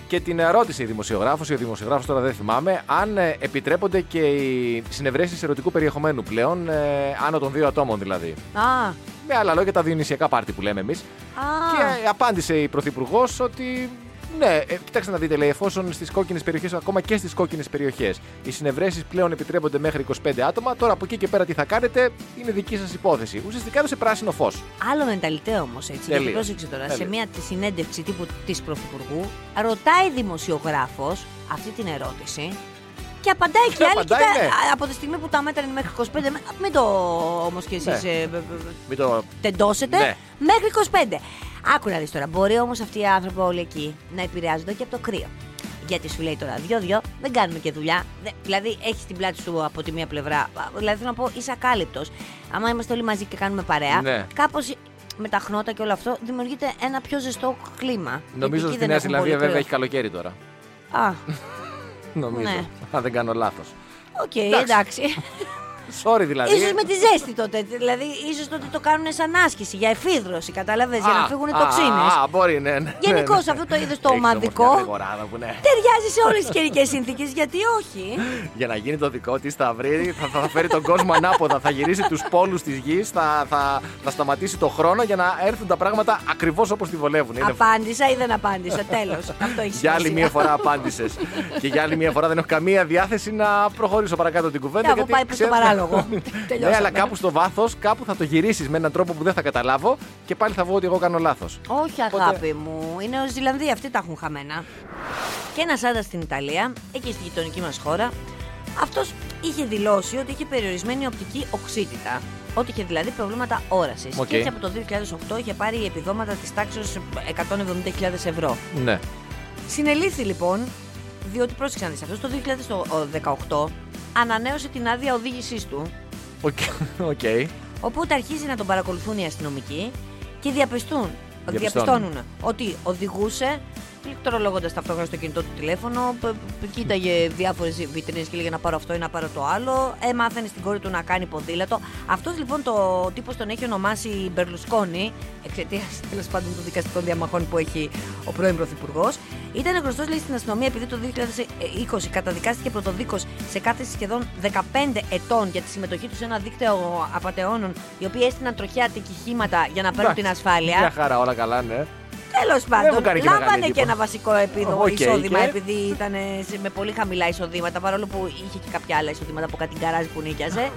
[SPEAKER 4] Και την ερώτησε η δημοσιογράφος, ή ο δημοσιογράφος τώρα δεν θυμάμαι, αν ε, επιτρέπονται και οι συνευρέσεις ερωτικού περιεχομένου πλέον, ε, άνω των δύο ατόμων δηλαδή.
[SPEAKER 3] Α,
[SPEAKER 4] Με άλλα λόγια, τα διονυσιακά πάρτι που λέμε εμείς.
[SPEAKER 3] α,
[SPEAKER 4] Και απάντησε η Πρωθυπουργός ότι. Ναι, ε, κοιτάξτε να δείτε, λέει, εφόσον στις κόκκινες περιοχές, ακόμα και στις κόκκινες περιοχές, οι συνευρέσεις πλέον επιτρέπονται μέχρι 25 άτομα, τώρα από εκεί και πέρα τι θα κάνετε είναι δική σας υπόθεση. Ουσιαστικά έδωσε πράσινο φως.
[SPEAKER 3] Άλλο μενταλιτέ όμως έτσι. Γιατί
[SPEAKER 4] Τελείως.
[SPEAKER 3] πρόσεξε τώρα, σε
[SPEAKER 4] Τελείως.
[SPEAKER 3] μια τη συνέντευξη τύπου της Πρωθυπουργού, ρωτάει δημοσιογράφος αυτή την ερώτηση και απαντάει και
[SPEAKER 4] Και
[SPEAKER 3] η άλλη.
[SPEAKER 4] απαντάει,
[SPEAKER 3] Κοίτα,
[SPEAKER 4] ναι.
[SPEAKER 3] α, από τη στιγμή που τα μέτρα είναι μέχρι 25, με- μην το όμως κι ε, εσείς
[SPEAKER 4] Ναι. Μην το.
[SPEAKER 3] τεντώσετε.
[SPEAKER 4] Ναι.
[SPEAKER 3] Μέχρι 25. Άκου να δεις τώρα. Μπορεί όμως αυτοί οι άνθρωποι όλοι εκεί να επηρεάζονται και από το κρύο. Γιατί σου λέει τώρα δυο-δυο, δεν κάνουμε και δουλειά. Δε- δηλαδή, έχεις την πλάτη σου από τη μία πλευρά. Α, Δηλαδή, θέλω να πω, είσαι ακάλυπτος. Άμα είμαστε όλοι μαζί και κάνουμε παρέα,
[SPEAKER 4] Ναι.
[SPEAKER 3] κάπως με τα χνότα και όλο αυτό δημιουργείται ένα πιο ζεστό κλίμα. Γιατί
[SPEAKER 4] Νομίζω
[SPEAKER 3] εκεί
[SPEAKER 4] ότι στη
[SPEAKER 3] δεν
[SPEAKER 4] Νέα
[SPEAKER 3] έχουν
[SPEAKER 4] Ζηλανδία
[SPEAKER 3] πολύ
[SPEAKER 4] βέβαια έχει
[SPEAKER 3] κρύο.
[SPEAKER 4] καλοκαίρι τώρα.
[SPEAKER 3] Α,
[SPEAKER 4] Νομίζω.
[SPEAKER 3] Ναι.
[SPEAKER 4] Αν δεν κάνω λάθος.
[SPEAKER 3] οκ, εντάξει.
[SPEAKER 4] Sorry δηλαδή.
[SPEAKER 3] Ίσως με τη ζέστη τότε. Δηλαδή, ίσως τότε το κάνουν σαν άσκηση για εφίδρωση, κατάλαβες, για να
[SPEAKER 4] Α,
[SPEAKER 3] φύγουν οι
[SPEAKER 4] α,
[SPEAKER 3] τοξίνε.
[SPEAKER 4] Α, μπορεί, ναι. ναι
[SPEAKER 3] Γενικώς
[SPEAKER 4] ναι, ναι.
[SPEAKER 3] αυτό το είδο το
[SPEAKER 4] Έχεις όμως
[SPEAKER 3] ομαδικό
[SPEAKER 4] μια γρηγοράδα που, ναι.
[SPEAKER 3] ταιριάζει σε όλες τις καιρικές συνθήκες. Γιατί όχι.
[SPEAKER 4] Για να γίνει το δικό της, θα, βρει, θα, θα φέρει τον κόσμο ανάποδα. Θα γυρίσει τους πόλους της γης, θα, θα, θα σταματήσει το χρόνο για να έρθουν τα πράγματα ακριβώς όπως τη βολεύουν. Είναι
[SPEAKER 3] Απάντησα ή δεν απάντησα. Τέλος. Αυτό έχει
[SPEAKER 4] Για άλλη
[SPEAKER 3] σημασία.
[SPEAKER 4] μία φορά απάντησες. και για άλλη μία φορά δεν έχω καμία διάθεση να προχωρήσω παρακάτω την κουβέντα.
[SPEAKER 3] Κάπου
[SPEAKER 4] γιατί
[SPEAKER 3] Ναι, πάει προς το
[SPEAKER 4] ξέρω-
[SPEAKER 3] παράλογο.
[SPEAKER 4] ναι,
[SPEAKER 3] Τελειώσαμε.
[SPEAKER 4] αλλά κάπου στο βάθος, κάπου θα το γυρίσεις με έναν τρόπο που δεν θα καταλάβω και πάλι θα βγω ότι εγώ κάνω λάθος.
[SPEAKER 3] Όχι,
[SPEAKER 4] Οπότε-
[SPEAKER 3] αγάπη μου. Είναι ο Ζηλανδοί, αυτοί τα έχουν χαμένα. Και ένας άντρας στην Ιταλία, εκεί στη γειτονική μας χώρα, αυτός είχε δηλώσει ότι είχε περιορισμένη οπτική οξύτητα. Ότι είχε δηλαδή προβλήματα όρασης.
[SPEAKER 4] Οκ.
[SPEAKER 3] Και έτσι από το 2008 είχε πάρει επιδόματα της τάξης 170.000 ευρώ.
[SPEAKER 4] Ναι.
[SPEAKER 3] Συνελήφθη λοιπόν, διότι πρόσεξαν σε αυτός, το 2018 ανανέωσε την άδεια οδήγησής του
[SPEAKER 4] Οκ. οκ.
[SPEAKER 3] Οπότε αρχίζει να τον παρακολουθούν οι αστυνομικοί και διαπιστούν,
[SPEAKER 4] Διαπιστώνουν.
[SPEAKER 3] διαπιστώνουν ότι οδηγούσε πληκτρολογώντα ταυτόχρονα στο κινητό του τηλέφωνο, π- π- κοίταγε διάφορες βιτρίνες και λέγε να πάρω αυτό ή να πάρω το άλλο. Ε, μάθανε στην κόρη του να κάνει ποδήλατο. Αυτός λοιπόν το τύπος τον έχει ονομάσει Μπερλουσκόνη, εξαιτίας τέλος πάντων των δικαστικών διαμαχών που έχει ο πρώην Πρωθυπουργός. Ήταν γνωστός λέει στην αστυνομία επειδή το 2020 καταδικάστηκε πρωτοδίκω σε κάθεση σχεδόν 15 ετών για τη συμμετοχή τους σε ένα δίκτυο απαταιώνων, οι οποίοι έστειναν τροχιά τυχήματα για να παίρνουν
[SPEAKER 4] Εντάξει,
[SPEAKER 3] την ασφάλεια.
[SPEAKER 4] Μια χαρά, όλα καλά, ναι.
[SPEAKER 3] Τέλος
[SPEAKER 4] μου κάνει
[SPEAKER 3] πάντων,
[SPEAKER 4] και μεγάλη
[SPEAKER 3] λάβανε και
[SPEAKER 4] εντύπωση.
[SPEAKER 3] ένα βασικό επίδομα
[SPEAKER 4] Οκ,
[SPEAKER 3] εισόδημα,
[SPEAKER 4] και-
[SPEAKER 3] επειδή ήταν με πολύ χαμηλά εισοδήματα, παρόλο που είχε και κάποια άλλα εισοδήματα από κάτι γκαράζ που νίκιαζε.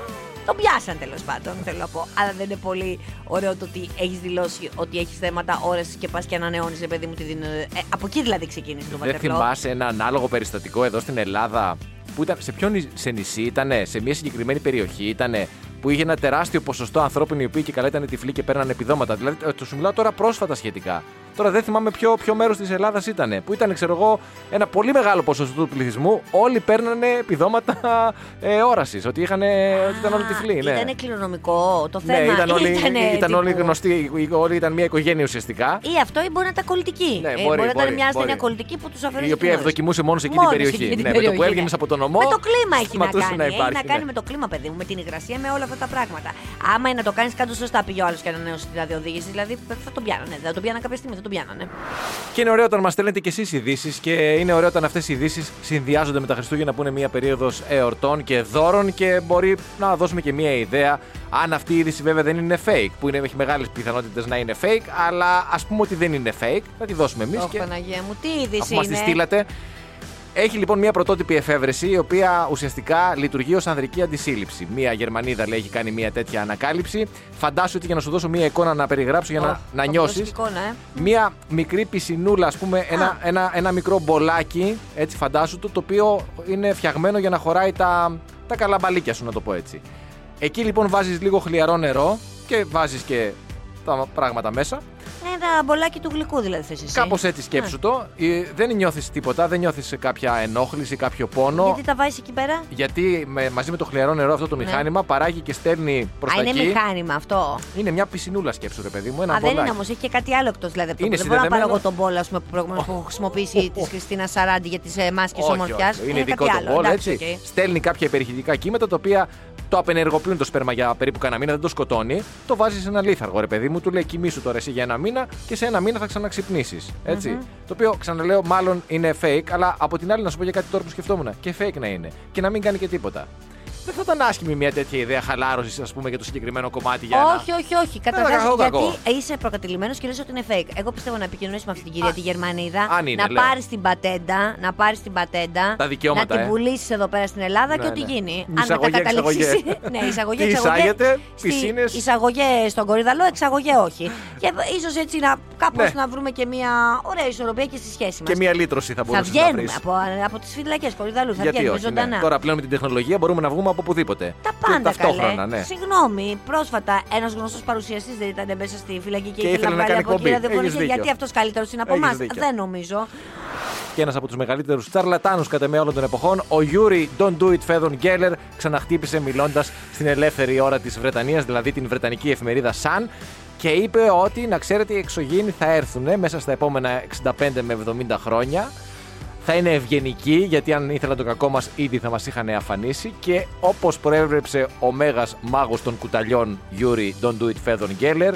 [SPEAKER 3] Τον πιάσαν τέλος πάντων, θέλω να πω. Αλλά δεν είναι πολύ ωραίο το ότι έχεις δηλώσει ότι έχεις θέματα όραση και πας και ανανεώνεις, ρε παιδί μου, τη δίνω. Ε, από εκεί δηλαδή ξεκίνησε το
[SPEAKER 4] Δεν
[SPEAKER 3] βατερλό.
[SPEAKER 4] θυμάσαι ένα ανάλογο περιστατικό εδώ στην Ελλάδα. Που ήταν, σε ποιο νη- σε νησί ήταν, σε μια συγκεκριμένη περιοχή ήταν, που είχε ένα τεράστιο ποσοστό ανθρώπων οι οποίοι και καλά ήταν τυφλοί και παίρνανε επιδόματα. Δηλαδή, ε, το σου μιλάω τώρα πρόσφατα σχετικά. Τώρα δεν θυμάμαι ποιο, ποιο μέρος της Ελλάδας ήταν. Που ήταν, ξέρω εγώ, ένα πολύ μεγάλο ποσοστό του πληθυσμού. Όλοι παίρνανε επιδόματα ε, όρασης. Ότι, είχαν, ότι ήταν όλοι τυφλοί. Ναι.
[SPEAKER 3] Ήταν κληρονομικό το θέμα.
[SPEAKER 4] ναι, ήταν όλοι,
[SPEAKER 3] ήτανε
[SPEAKER 4] ήταν όλοι
[SPEAKER 3] τύπου-
[SPEAKER 4] γνωστοί, όλοι ήταν μια οικογένεια ουσιαστικά.
[SPEAKER 3] Ή αυτό ή μπορεί να ήταν κολλητική.
[SPEAKER 4] Ναι,
[SPEAKER 3] Ε,
[SPEAKER 4] μπορεί,
[SPEAKER 3] να ήταν
[SPEAKER 4] μπορεί,
[SPEAKER 3] μια ασθένεια
[SPEAKER 4] μπορεί.
[SPEAKER 3] κολλητική που τους αφαιρούσε.
[SPEAKER 4] Η οποία
[SPEAKER 3] κοινώς.
[SPEAKER 4] ευδοκιμούσε μόνος σε εκείνη
[SPEAKER 3] Μόνο
[SPEAKER 4] την περιοχή.
[SPEAKER 3] εκείνη την
[SPEAKER 4] ναι, με το που
[SPEAKER 3] περιοχή,
[SPEAKER 4] έβγαινε
[SPEAKER 3] ναι.
[SPEAKER 4] από τον ομό.
[SPEAKER 3] Με το κλίμα έχει να
[SPEAKER 4] σταματούσε
[SPEAKER 3] κάνει.
[SPEAKER 4] να
[SPEAKER 3] έχει
[SPEAKER 4] υπάρχει,
[SPEAKER 3] να
[SPEAKER 4] ναι.
[SPEAKER 3] κάνει με το κλίμα, παιδί μου, με την υγρασία, με όλα αυτά τα πράγματα. Άμα είναι να το κάνεις κάτω σωστά, πήγε ο άλλος και ανανέωσε τη ραδιοδήγηση. Δηλαδή θα τον πιάνανε. Θα τον πιάνανε κάποια στιγμή, θα τον πιάνανε.
[SPEAKER 4] Και είναι ωραίο όταν μας στέλνετε κι εσείς ειδήσεις και είναι ωραίο όταν αυτές οι ειδήσεις συνδυάζονται με τα Χριστούγεννα που είναι μια περίοδος εορτών και δώρων και μπορεί να δώσουμε και μια ιδέα αν αυτή η είδηση βέβαια δεν είναι fake. Που είναι, έχει μεγάλες πιθανότητες να είναι fake, αλλά ας πούμε ότι δεν είναι fake. Θα τη δώσουμε εμείς
[SPEAKER 3] Ωχ,
[SPEAKER 4] και
[SPEAKER 3] Παναγία μου, τι
[SPEAKER 4] αφού
[SPEAKER 3] είδηση
[SPEAKER 4] μας τη
[SPEAKER 3] είναι.
[SPEAKER 4] στείλατε. Έχει λοιπόν μια πρωτότυπη εφεύρεση, η οποία ουσιαστικά λειτουργεί ως ανδρική αντισύλληψη. Μια Γερμανίδα λέει έχει κάνει μια τέτοια ανακάλυψη. Φαντάσου ότι για να σου δώσω μια εικόνα να περιγράψω για
[SPEAKER 3] Ωχ,
[SPEAKER 4] να, να
[SPEAKER 3] το
[SPEAKER 4] νιώσει.
[SPEAKER 3] προσωπικό, ναι.
[SPEAKER 4] Μία μικρή πισινούλα, ας πούμε, ένα, ένα, ένα μικρό μπολάκι, έτσι φαντάσου το, το οποίο είναι φτιαγμένο για να χωράει τα, τα καλαμπαλίκια σου, να το πω έτσι. Εκεί λοιπόν βάζεις λίγο χλιαρό νερό και βάζεις και τα πράγματα μέσα.
[SPEAKER 3] Ένα Ε, μπολάκι του γλυκού δηλαδή θες εσύ. Ναι.
[SPEAKER 4] Κάπως έτσι σκέψου το. Ε, Δεν νιώθεις τίποτα, δεν νιώθεις κάποια ενόχληση, κάποιο πόνο.
[SPEAKER 3] Γιατί τα βάζεις εκεί πέρα.
[SPEAKER 4] Γιατί με- μαζί με το χλιαρό νερό αυτό το
[SPEAKER 3] Ναι.
[SPEAKER 4] μηχάνημα παράγει και στέλνει προς
[SPEAKER 3] Α,
[SPEAKER 4] τα
[SPEAKER 3] είναι
[SPEAKER 4] εκεί.
[SPEAKER 3] μηχάνημα αυτό.
[SPEAKER 4] Είναι μια πισινούλα σκέψου ρε παιδί μου, ένα
[SPEAKER 3] Α, δεν είναι
[SPEAKER 4] μπολάκι.
[SPEAKER 3] όμως, έχει και κάτι άλλο εκτός. Δηλαδή, από το
[SPEAKER 4] Είναι
[SPEAKER 3] που δεν μπορώ να πάρω
[SPEAKER 4] συνδεδεμένο.
[SPEAKER 3] εγώ τον μπόλ ας πούμε, που προηγουμένως που έχω χρησιμοποιήσει τη Χριστίνα Σαράντη για ε, τι μάσκες
[SPEAKER 4] Όχι,
[SPEAKER 3] ομορφιάς.
[SPEAKER 4] όχι, Είναι δικό το μπολ, έτσι. Στέλνει κάποια υπερηχητικά κύματα τα οποία το απενεργοποιούν το σπέρμα για περίπου κανένα μήνα, δεν το σκοτώνει. Το βάζεις σε ένα λίθαργο, ρε παιδί μου, του λέει κοιμήσου τώρα εσύ για ένα μήνα και σε ένα μήνα θα ξαναξυπνήσεις. Το οποίο ξαναλέω, μάλλον είναι fake, αλλά από την άλλη να σου πω για κάτι τώρα που σκεφτόμουν. Και fake να είναι. Και να μην κάνει και τίποτα. Δεν θα ήταν άσχημη μια τέτοια ιδέα χαλάρωσης, ας πούμε, για το συγκεκριμένο κομμάτι για ένα-
[SPEAKER 3] Όχι, όχι, όχι.
[SPEAKER 4] καθόλου
[SPEAKER 3] Καταρχά,
[SPEAKER 4] κακό.
[SPEAKER 3] γιατί είσαι προκατηλημένος και λες ότι είναι fake. Εγώ πιστεύω να επικοινωνήσεις με αυτή την κυρία τη Γερμανίδα.
[SPEAKER 4] αν είναι,
[SPEAKER 3] να
[SPEAKER 4] λέω.
[SPEAKER 3] πάρεις την πατέντα, να πάρεις την πατέντα.
[SPEAKER 4] Τα δικαιώματα,
[SPEAKER 3] Να την
[SPEAKER 4] ε.
[SPEAKER 3] πουλήσεις εδώ πέρα στην Ελλάδα και
[SPEAKER 4] Ναι,
[SPEAKER 3] ό,τι
[SPEAKER 4] ναι.
[SPEAKER 3] γίνει.
[SPEAKER 4] Εισαγωγή,
[SPEAKER 3] καταλήξεις-
[SPEAKER 4] εξαγωγή.
[SPEAKER 3] ναι, εισαγωγή,
[SPEAKER 4] Τι
[SPEAKER 3] εξαγωγή.
[SPEAKER 4] εισάγεται,
[SPEAKER 3] Στη-
[SPEAKER 4] πισίνες.
[SPEAKER 3] Εισαγωγέ στον Κορυδαλό, εξαγωγέ όχι. και ίσως έτσι να κάπως
[SPEAKER 4] Ναι.
[SPEAKER 3] να βρούμε και μια ωραία ισορροπία και στη σχέση μα.
[SPEAKER 4] Και μια λύτρωση
[SPEAKER 3] Θα
[SPEAKER 4] θα μπορούσες να βρει.
[SPEAKER 3] βγαίνουμε από, από τις φυλακές Κορυδαλού. Θα
[SPEAKER 4] Γιατί
[SPEAKER 3] βγαίνουμε
[SPEAKER 4] όχι. ναι.
[SPEAKER 3] ζωντανά.
[SPEAKER 4] Τώρα πλέον με την τεχνολογία μπορούμε να βγούμε από οπουδήποτε.
[SPEAKER 3] Τα
[SPEAKER 4] Και
[SPEAKER 3] πάντα
[SPEAKER 4] ταυτόχρονα,
[SPEAKER 3] καλέ.
[SPEAKER 4] ναι.
[SPEAKER 3] Συγγνώμη, πρόσφατα ένας γνωστός παρουσιαστής δεν ήταν μέσα στη φυλακή και,
[SPEAKER 4] Και ήθελε να
[SPEAKER 3] βγάλει
[SPEAKER 4] κάνει
[SPEAKER 3] από εκεί
[SPEAKER 4] εκπομπή.
[SPEAKER 3] ραδιοφωνία.
[SPEAKER 4] Έχεις δίκιο.
[SPEAKER 3] Γιατί αυτός καλύτερος είναι από
[SPEAKER 4] Έχεις
[SPEAKER 3] εμάς.
[SPEAKER 4] δίκιο.
[SPEAKER 3] Δεν νομίζω.
[SPEAKER 4] και ένας από τους μεγαλύτερους τσαρλατάνους κατά με όλων των εποχών, ο Γιούρι Don't Do It Φέδων Γκέλλερ, ξαναχτύπησε μιλώντας στην ελεύθερη ώρα της Βρετανίας, δηλαδή την βρετανική εφημερίδα Sun, και είπε ότι να ξέρετε οι εξωγήινοι θα έρθουν μέσα στα επόμενα 65 με 70 χρόνια. Θα είναι ευγενική, γιατί αν ήθελαν το κακό μας, ήδη θα μας είχαν αφανίσει. Και όπως προέβλεψε ο μέγας μάγος των κουταλιών Yuri Don't Do It Fedon Geller,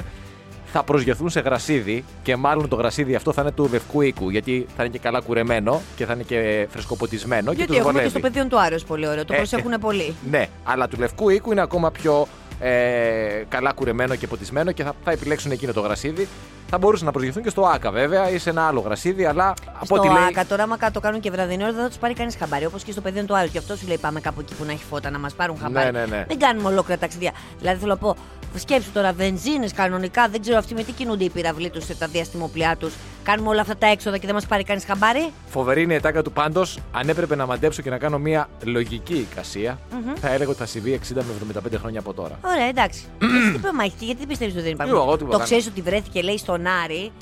[SPEAKER 4] θα προσγειωθούν σε γρασίδι και μάλλον το γρασίδι αυτό θα είναι του λευκού οίκου. Γιατί θα είναι και καλά κουρεμένο και θα είναι και φρεσκοποτισμένο. και
[SPEAKER 3] Γιατί
[SPEAKER 4] τους
[SPEAKER 3] έχουμε και
[SPEAKER 4] βολεύει.
[SPEAKER 3] στο πεδίο του Άριο πολύ ωραίο. Το
[SPEAKER 4] Ε,
[SPEAKER 3] προσέχουν πολύ.
[SPEAKER 4] Ναι, αλλά του λευκού οίκου είναι ακόμα πιο ε, καλά κουρεμένο και ποτισμένο και θα, θα επιλέξουν εκείνο το γρασίδι. Θα μπορούσαν να προσγειωθούν και στο ΑΚΑ βέβαια ή σε ένα άλλο γρασίδι, αλλά από
[SPEAKER 3] Στο
[SPEAKER 4] ό,τι λέει.
[SPEAKER 3] ΑΚΑ τώρα, άμα το κάνουν και βραδινή ώρα, δεν θα τους πάρει κανείς χαμπάρι. Όπως και στο πεδίο του Άριου. Γι' αυτό σου λέει πάμε κάπου εκεί που να έχει φώτα να μας πάρουν χαμπάρι.
[SPEAKER 4] Ναι, ναι, ναι.
[SPEAKER 3] Δεν κάνουμε ολόκληρα ταξίδια. Δηλαδή θέλω να πω, σκέψου τώρα βενζίνες κανονικά. Δεν ξέρω αυτοί με τι κινούνται οι πυραυλοί τους σε τα διαστημοπλιά τους. Κάνουμε όλα αυτά τα έξοδα και δεν μας πάρει κανείς χαμπάρι.
[SPEAKER 4] Φοβερή είναι η τάκα του πάντως. Αν έπρεπε να μαντέψω και να κάνω μια λογική εικασία, θα έλεγα ότι θα συμβεί 60 με 75 χρόνια από τώρα.
[SPEAKER 3] Ωραία, εντάξει. Εσύ τι πραγματική, γιατί πιστεύεις ότι δεν υπάρχουν.
[SPEAKER 4] Εγώ, εγώ τίποτα ναι.
[SPEAKER 3] το
[SPEAKER 4] κάνω.
[SPEAKER 3] ξέρεις ότι βρέθηκε, λέει, στον Άρη,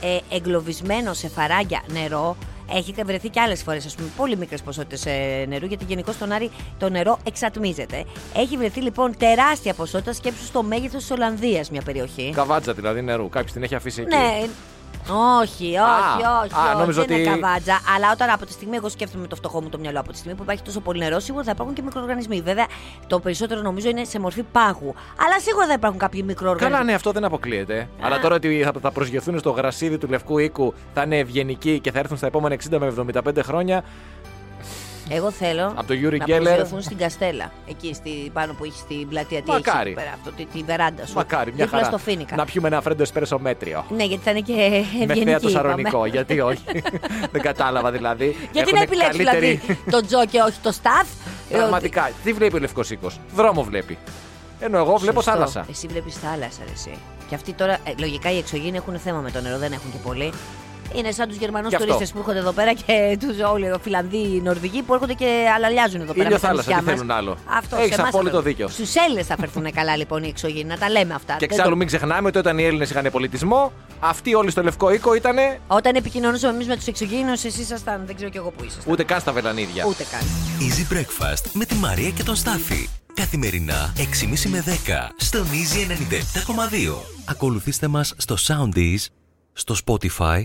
[SPEAKER 3] ε, εγκλωβισμένο σε φαράγγια νερό. Έχει βρεθεί και άλλες φορές, ας πούμε, πολύ μικρές ποσότητες νερού, γιατί γενικώς στον Άρη το νερό εξατμίζεται. Έχει βρεθεί λοιπόν τεράστια ποσότητα, σκέψου στο μέγεθος της Ολλανδίας μια περιοχή.
[SPEAKER 4] Καβάτζα δηλαδή νερού. Κάποιος την έχει αφήσει εκεί.
[SPEAKER 3] Ε. Ναι. Όχι, όχι,
[SPEAKER 4] Α,
[SPEAKER 3] όχι.
[SPEAKER 4] α,
[SPEAKER 3] όχι
[SPEAKER 4] νόμιζα
[SPEAKER 3] δεν είναι
[SPEAKER 4] ότι-
[SPEAKER 3] καβάτζα. Αλλά όταν από τη στιγμή, εγώ σκέφτομαι το φτωχό μου το μυαλό, από τη στιγμή που υπάρχει τόσο πολύ νερό, σίγουρα θα υπάρχουν και μικροοργανισμοί. Βέβαια, το περισσότερο νομίζω είναι σε μορφή πάγου. Αλλά σίγουρα θα υπάρχουν κάποιοι μικροοργανισμοί.
[SPEAKER 4] Καλά, ναι, αυτό δεν αποκλείεται. Αλλά τώρα ότι θα, θα προσγειωθούν στο γρασίδι του λευκού οίκου, θα είναι ευγενικοί και θα έρθουν στα επόμενα 60 με 75 χρόνια.
[SPEAKER 3] Εγώ θέλω
[SPEAKER 4] ναι. Από το Yuri
[SPEAKER 3] να
[SPEAKER 4] Geller.
[SPEAKER 3] προσγειωθούν στην Καστέλα. Εκεί στη, πάνω που έχει στην πλατεία. Τι έχεις
[SPEAKER 4] Μακάρι.
[SPEAKER 3] εκεί πέρα, αυτό, τη- την βεράντα σου.
[SPEAKER 4] Μακάρι, μια
[SPEAKER 3] Δίπλα
[SPEAKER 4] χαρά.
[SPEAKER 3] στο Φίνικα.
[SPEAKER 4] Να πιούμε ένα φρέντο εσπρέσο μέτριο.
[SPEAKER 3] Ναι, γιατί θα είναι και ευγενική.
[SPEAKER 4] Με θέατο
[SPEAKER 3] είπαμε.
[SPEAKER 4] σαρονικό. Γιατί όχι. δεν κατάλαβα δηλαδή.
[SPEAKER 3] Γιατί
[SPEAKER 4] Έχουνε
[SPEAKER 3] να επιλέξεις
[SPEAKER 4] καλύτερη-
[SPEAKER 3] δηλαδή τον Τζο και όχι το Σταφ. Ε, ότι-
[SPEAKER 4] Πραγματικά. Τι βλέπει ο λευκός οίκος. Δρόμο βλέπει. Ενώ εγώ βλέπω
[SPEAKER 3] Σωστό.
[SPEAKER 4] θάλασσα.
[SPEAKER 3] Εσύ βλέπεις θάλασσα, ρε, εσύ. Και αυτοί τώρα, ε, λογικά οι εξωγήινοι έχουν θέμα με το νερό, δεν έχουν και πολύ. Είναι σαν τους Γερμανούς
[SPEAKER 4] Γι' αυτό.
[SPEAKER 3] τουρίστες που έρχονται εδώ πέρα και τους όλοι οι Φιλανδοί, οι Νορβηγοί που έρχονται και αλαλιάζουν εδώ πέρα.
[SPEAKER 4] Ήλιο
[SPEAKER 3] με τα
[SPEAKER 4] θάλασσα,
[SPEAKER 3] νησιά
[SPEAKER 4] τι
[SPEAKER 3] μας.
[SPEAKER 4] θέλουν άλλο.
[SPEAKER 3] Αυτό
[SPEAKER 4] Έχεις απόλυτο δίκιο.
[SPEAKER 3] Στους Έλληνες θα φερθούν καλά λοιπόν οι εξωγήινοι, να τα λέμε αυτά.
[SPEAKER 4] Και
[SPEAKER 3] Δεν
[SPEAKER 4] εξάλλου
[SPEAKER 3] το-
[SPEAKER 4] μην ξεχνάμε ότι όταν οι Έλληνες είχαν πολιτισμό, αυτοί όλοι στο λευκό οίκο ήταν
[SPEAKER 3] Όταν επικοινωνούσαμε εμείς με τους εξωγήινους, εσείς ήσασταν, δεν ξέρω κι εγώ που ήσασταν.
[SPEAKER 4] ούτε καν στα βελανίδια.
[SPEAKER 3] Ούτε καν.
[SPEAKER 2] Easy Breakfast με τη Μαρία και τον Στάφη. Καθημερινά 6.30 με 10 στον Easy 97.2. Ακολουθήστε μας στο Soundees, στο Spotify,